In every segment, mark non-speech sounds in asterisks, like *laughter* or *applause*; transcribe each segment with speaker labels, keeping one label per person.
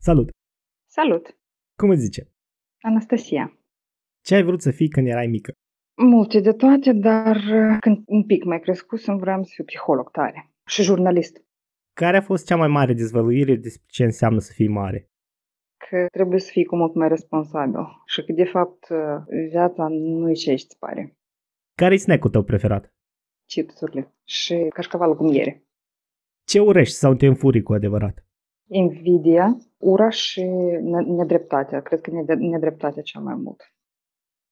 Speaker 1: Salut!
Speaker 2: Salut!
Speaker 1: Cum îți zice?
Speaker 2: Anastasia.
Speaker 1: Ce ai vrut să fii când erai mică?
Speaker 2: Multe de toate, dar uh, când un pic mai crescusem, vreau să fiu psiholog tare și jurnalist.
Speaker 1: Care a fost cea mai mare dezvăluire despre ce înseamnă să fii mare?
Speaker 2: Că trebuie să fii cu mult mai responsabil și că, de fapt, uh, viața nu e ce îți pare.
Speaker 1: Care e snack-ul tău preferat?
Speaker 2: Chipsurile și cașcavalul cu miere.
Speaker 1: Ce urești sau te înfuri cu adevărat?
Speaker 2: Invidia, ura și ne- nedreptatea. Cred că e nede- nedreptatea cea mai mult.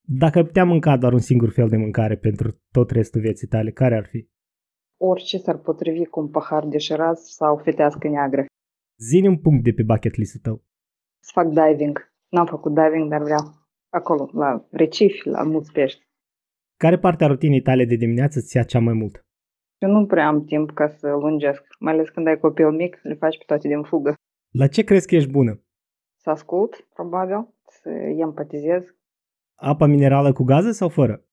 Speaker 1: Dacă ai putea mânca doar un singur fel de mâncare pentru tot restul vieții tale, care ar fi?
Speaker 2: Orice s-ar potrivi cu un pahar de șiraz sau fetească neagră.
Speaker 1: Zine un punct de pe bucket list-ul tău.
Speaker 2: Să fac diving. N-am făcut diving, dar vreau. Acolo, la recifi, la mulți pești.
Speaker 1: Care parte a rutinii tale de dimineață îți ia cea mai mult?
Speaker 2: Eu nu prea am timp ca să lungesc, mai ales când ai copil mic, le faci pe toate din fugă.
Speaker 1: La ce crezi că ești bună?
Speaker 2: Să ascult, probabil, să empatizez,
Speaker 1: Apa minerală cu gaze sau fără?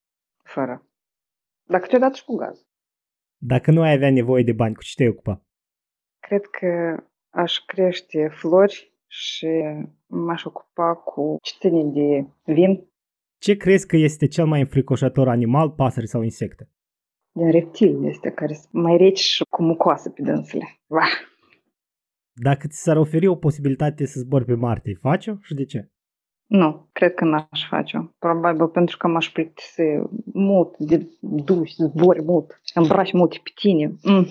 Speaker 2: fără. Dar câteodată și cu gaz.
Speaker 1: Dacă nu ai avea nevoie de bani, cu ce te ocupa?
Speaker 2: Cred că aș crește flori și m-aș ocupa cu citine de vin
Speaker 1: Ce crezi că este cel mai înfricoșător animal, pasăre sau insecte?
Speaker 2: din reptilele astea care sunt mai reci și cu mucoasă pe dânsele. Bah!
Speaker 1: Dacă ți s-ar oferi o posibilitate să zbori pe Marte, îi faci-o și de ce?
Speaker 2: Nu, cred că n-aș face-o. Probabil pentru că m-aș plictisi mult, de duși, zbori mult, îmbraci multe pe tine. Mm.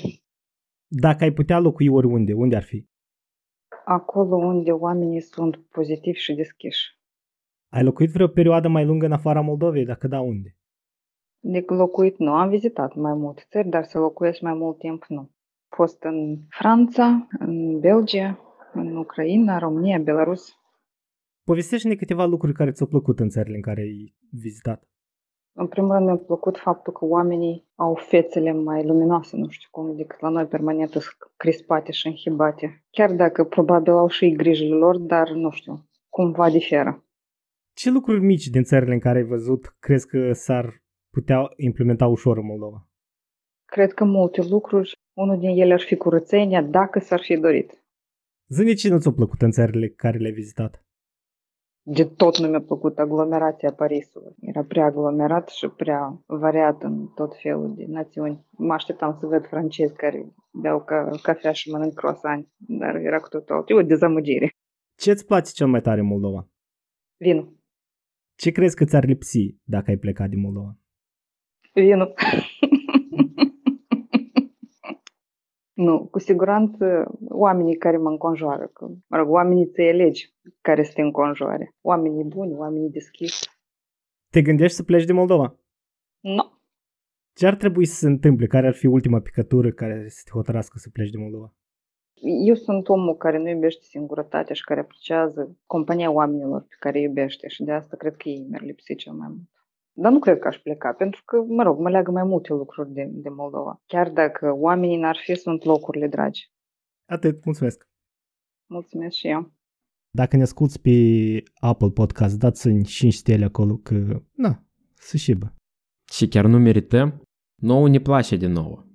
Speaker 1: Dacă ai putea locui oriunde, unde ar fi?
Speaker 2: acolo unde oamenii sunt pozitivi și deschiși.
Speaker 1: Ai locuit vreo perioadă mai lungă în afara Moldovei? Dacă da, unde?
Speaker 2: Deci locuit nu, am vizitat mai multe țări, dar să locuiesc mai mult timp nu. Am fost în Franța, în Belgia, în Ucraina, România, Belarus.
Speaker 1: Povestește-ne câteva lucruri care ți-au plăcut în țările în care ai vizitat.
Speaker 2: În primul rând mi-a plăcut faptul că oamenii au fețele mai luminoase, nu știu cum, decât la noi permanent sunt crispate și înhibate. Chiar dacă probabil au și ei grijile lor, dar nu știu, cumva diferă.
Speaker 1: Ce lucruri mici din țările în care ai văzut crezi că s-ar putea implementa ușor în Moldova?
Speaker 2: Cred că multe lucruri, unul din ele ar fi curățenia dacă s-ar fi dorit.
Speaker 1: Zine ce nu ți-a plăcut în țările care le-ai vizitat.
Speaker 2: De tot nu mi-a plăcut aglomerația Parisului. Era prea aglomerat și prea variat în tot felul de națiuni. Mă așteptam să văd francezi care beau ca, cafea și mănânc croissant, dar era cu totul altul. E o dezamăgire.
Speaker 1: Ce îți place cel mai tare în Moldova?
Speaker 2: Vinul.
Speaker 1: Ce crezi că ți-ar lipsi dacă ai plecat din Moldova?
Speaker 2: Vinul. *laughs* nu, cu siguranță oamenii care mă înconjoară. Că, mă rog, oamenii ți elegi care să te înconjoare. Oamenii buni, oamenii deschiși.
Speaker 1: Te gândești să pleci din Moldova?
Speaker 2: Nu.
Speaker 1: Ce ar trebui să se întâmple? Care ar fi ultima picătură care să te hotărască să pleci din Moldova?
Speaker 2: Eu sunt omul care nu iubește singurătatea și care apreciază compania oamenilor pe care îi iubește și de asta cred că ei mi-ar lipsi cel mai mult. Dar nu cred că aș pleca, pentru că, mă rog, mă leagă mai multe lucruri de, de Moldova. Chiar dacă oamenii n-ar fi, sunt locurile dragi.
Speaker 1: Atât, mulțumesc!
Speaker 2: Mulțumesc și eu.
Speaker 1: Dacă ne asculti pe Apple Podcast, dați în 5 stele acolo că, na, să șibă.
Speaker 3: Și chiar nu merităm? Nouă ne place de nouă.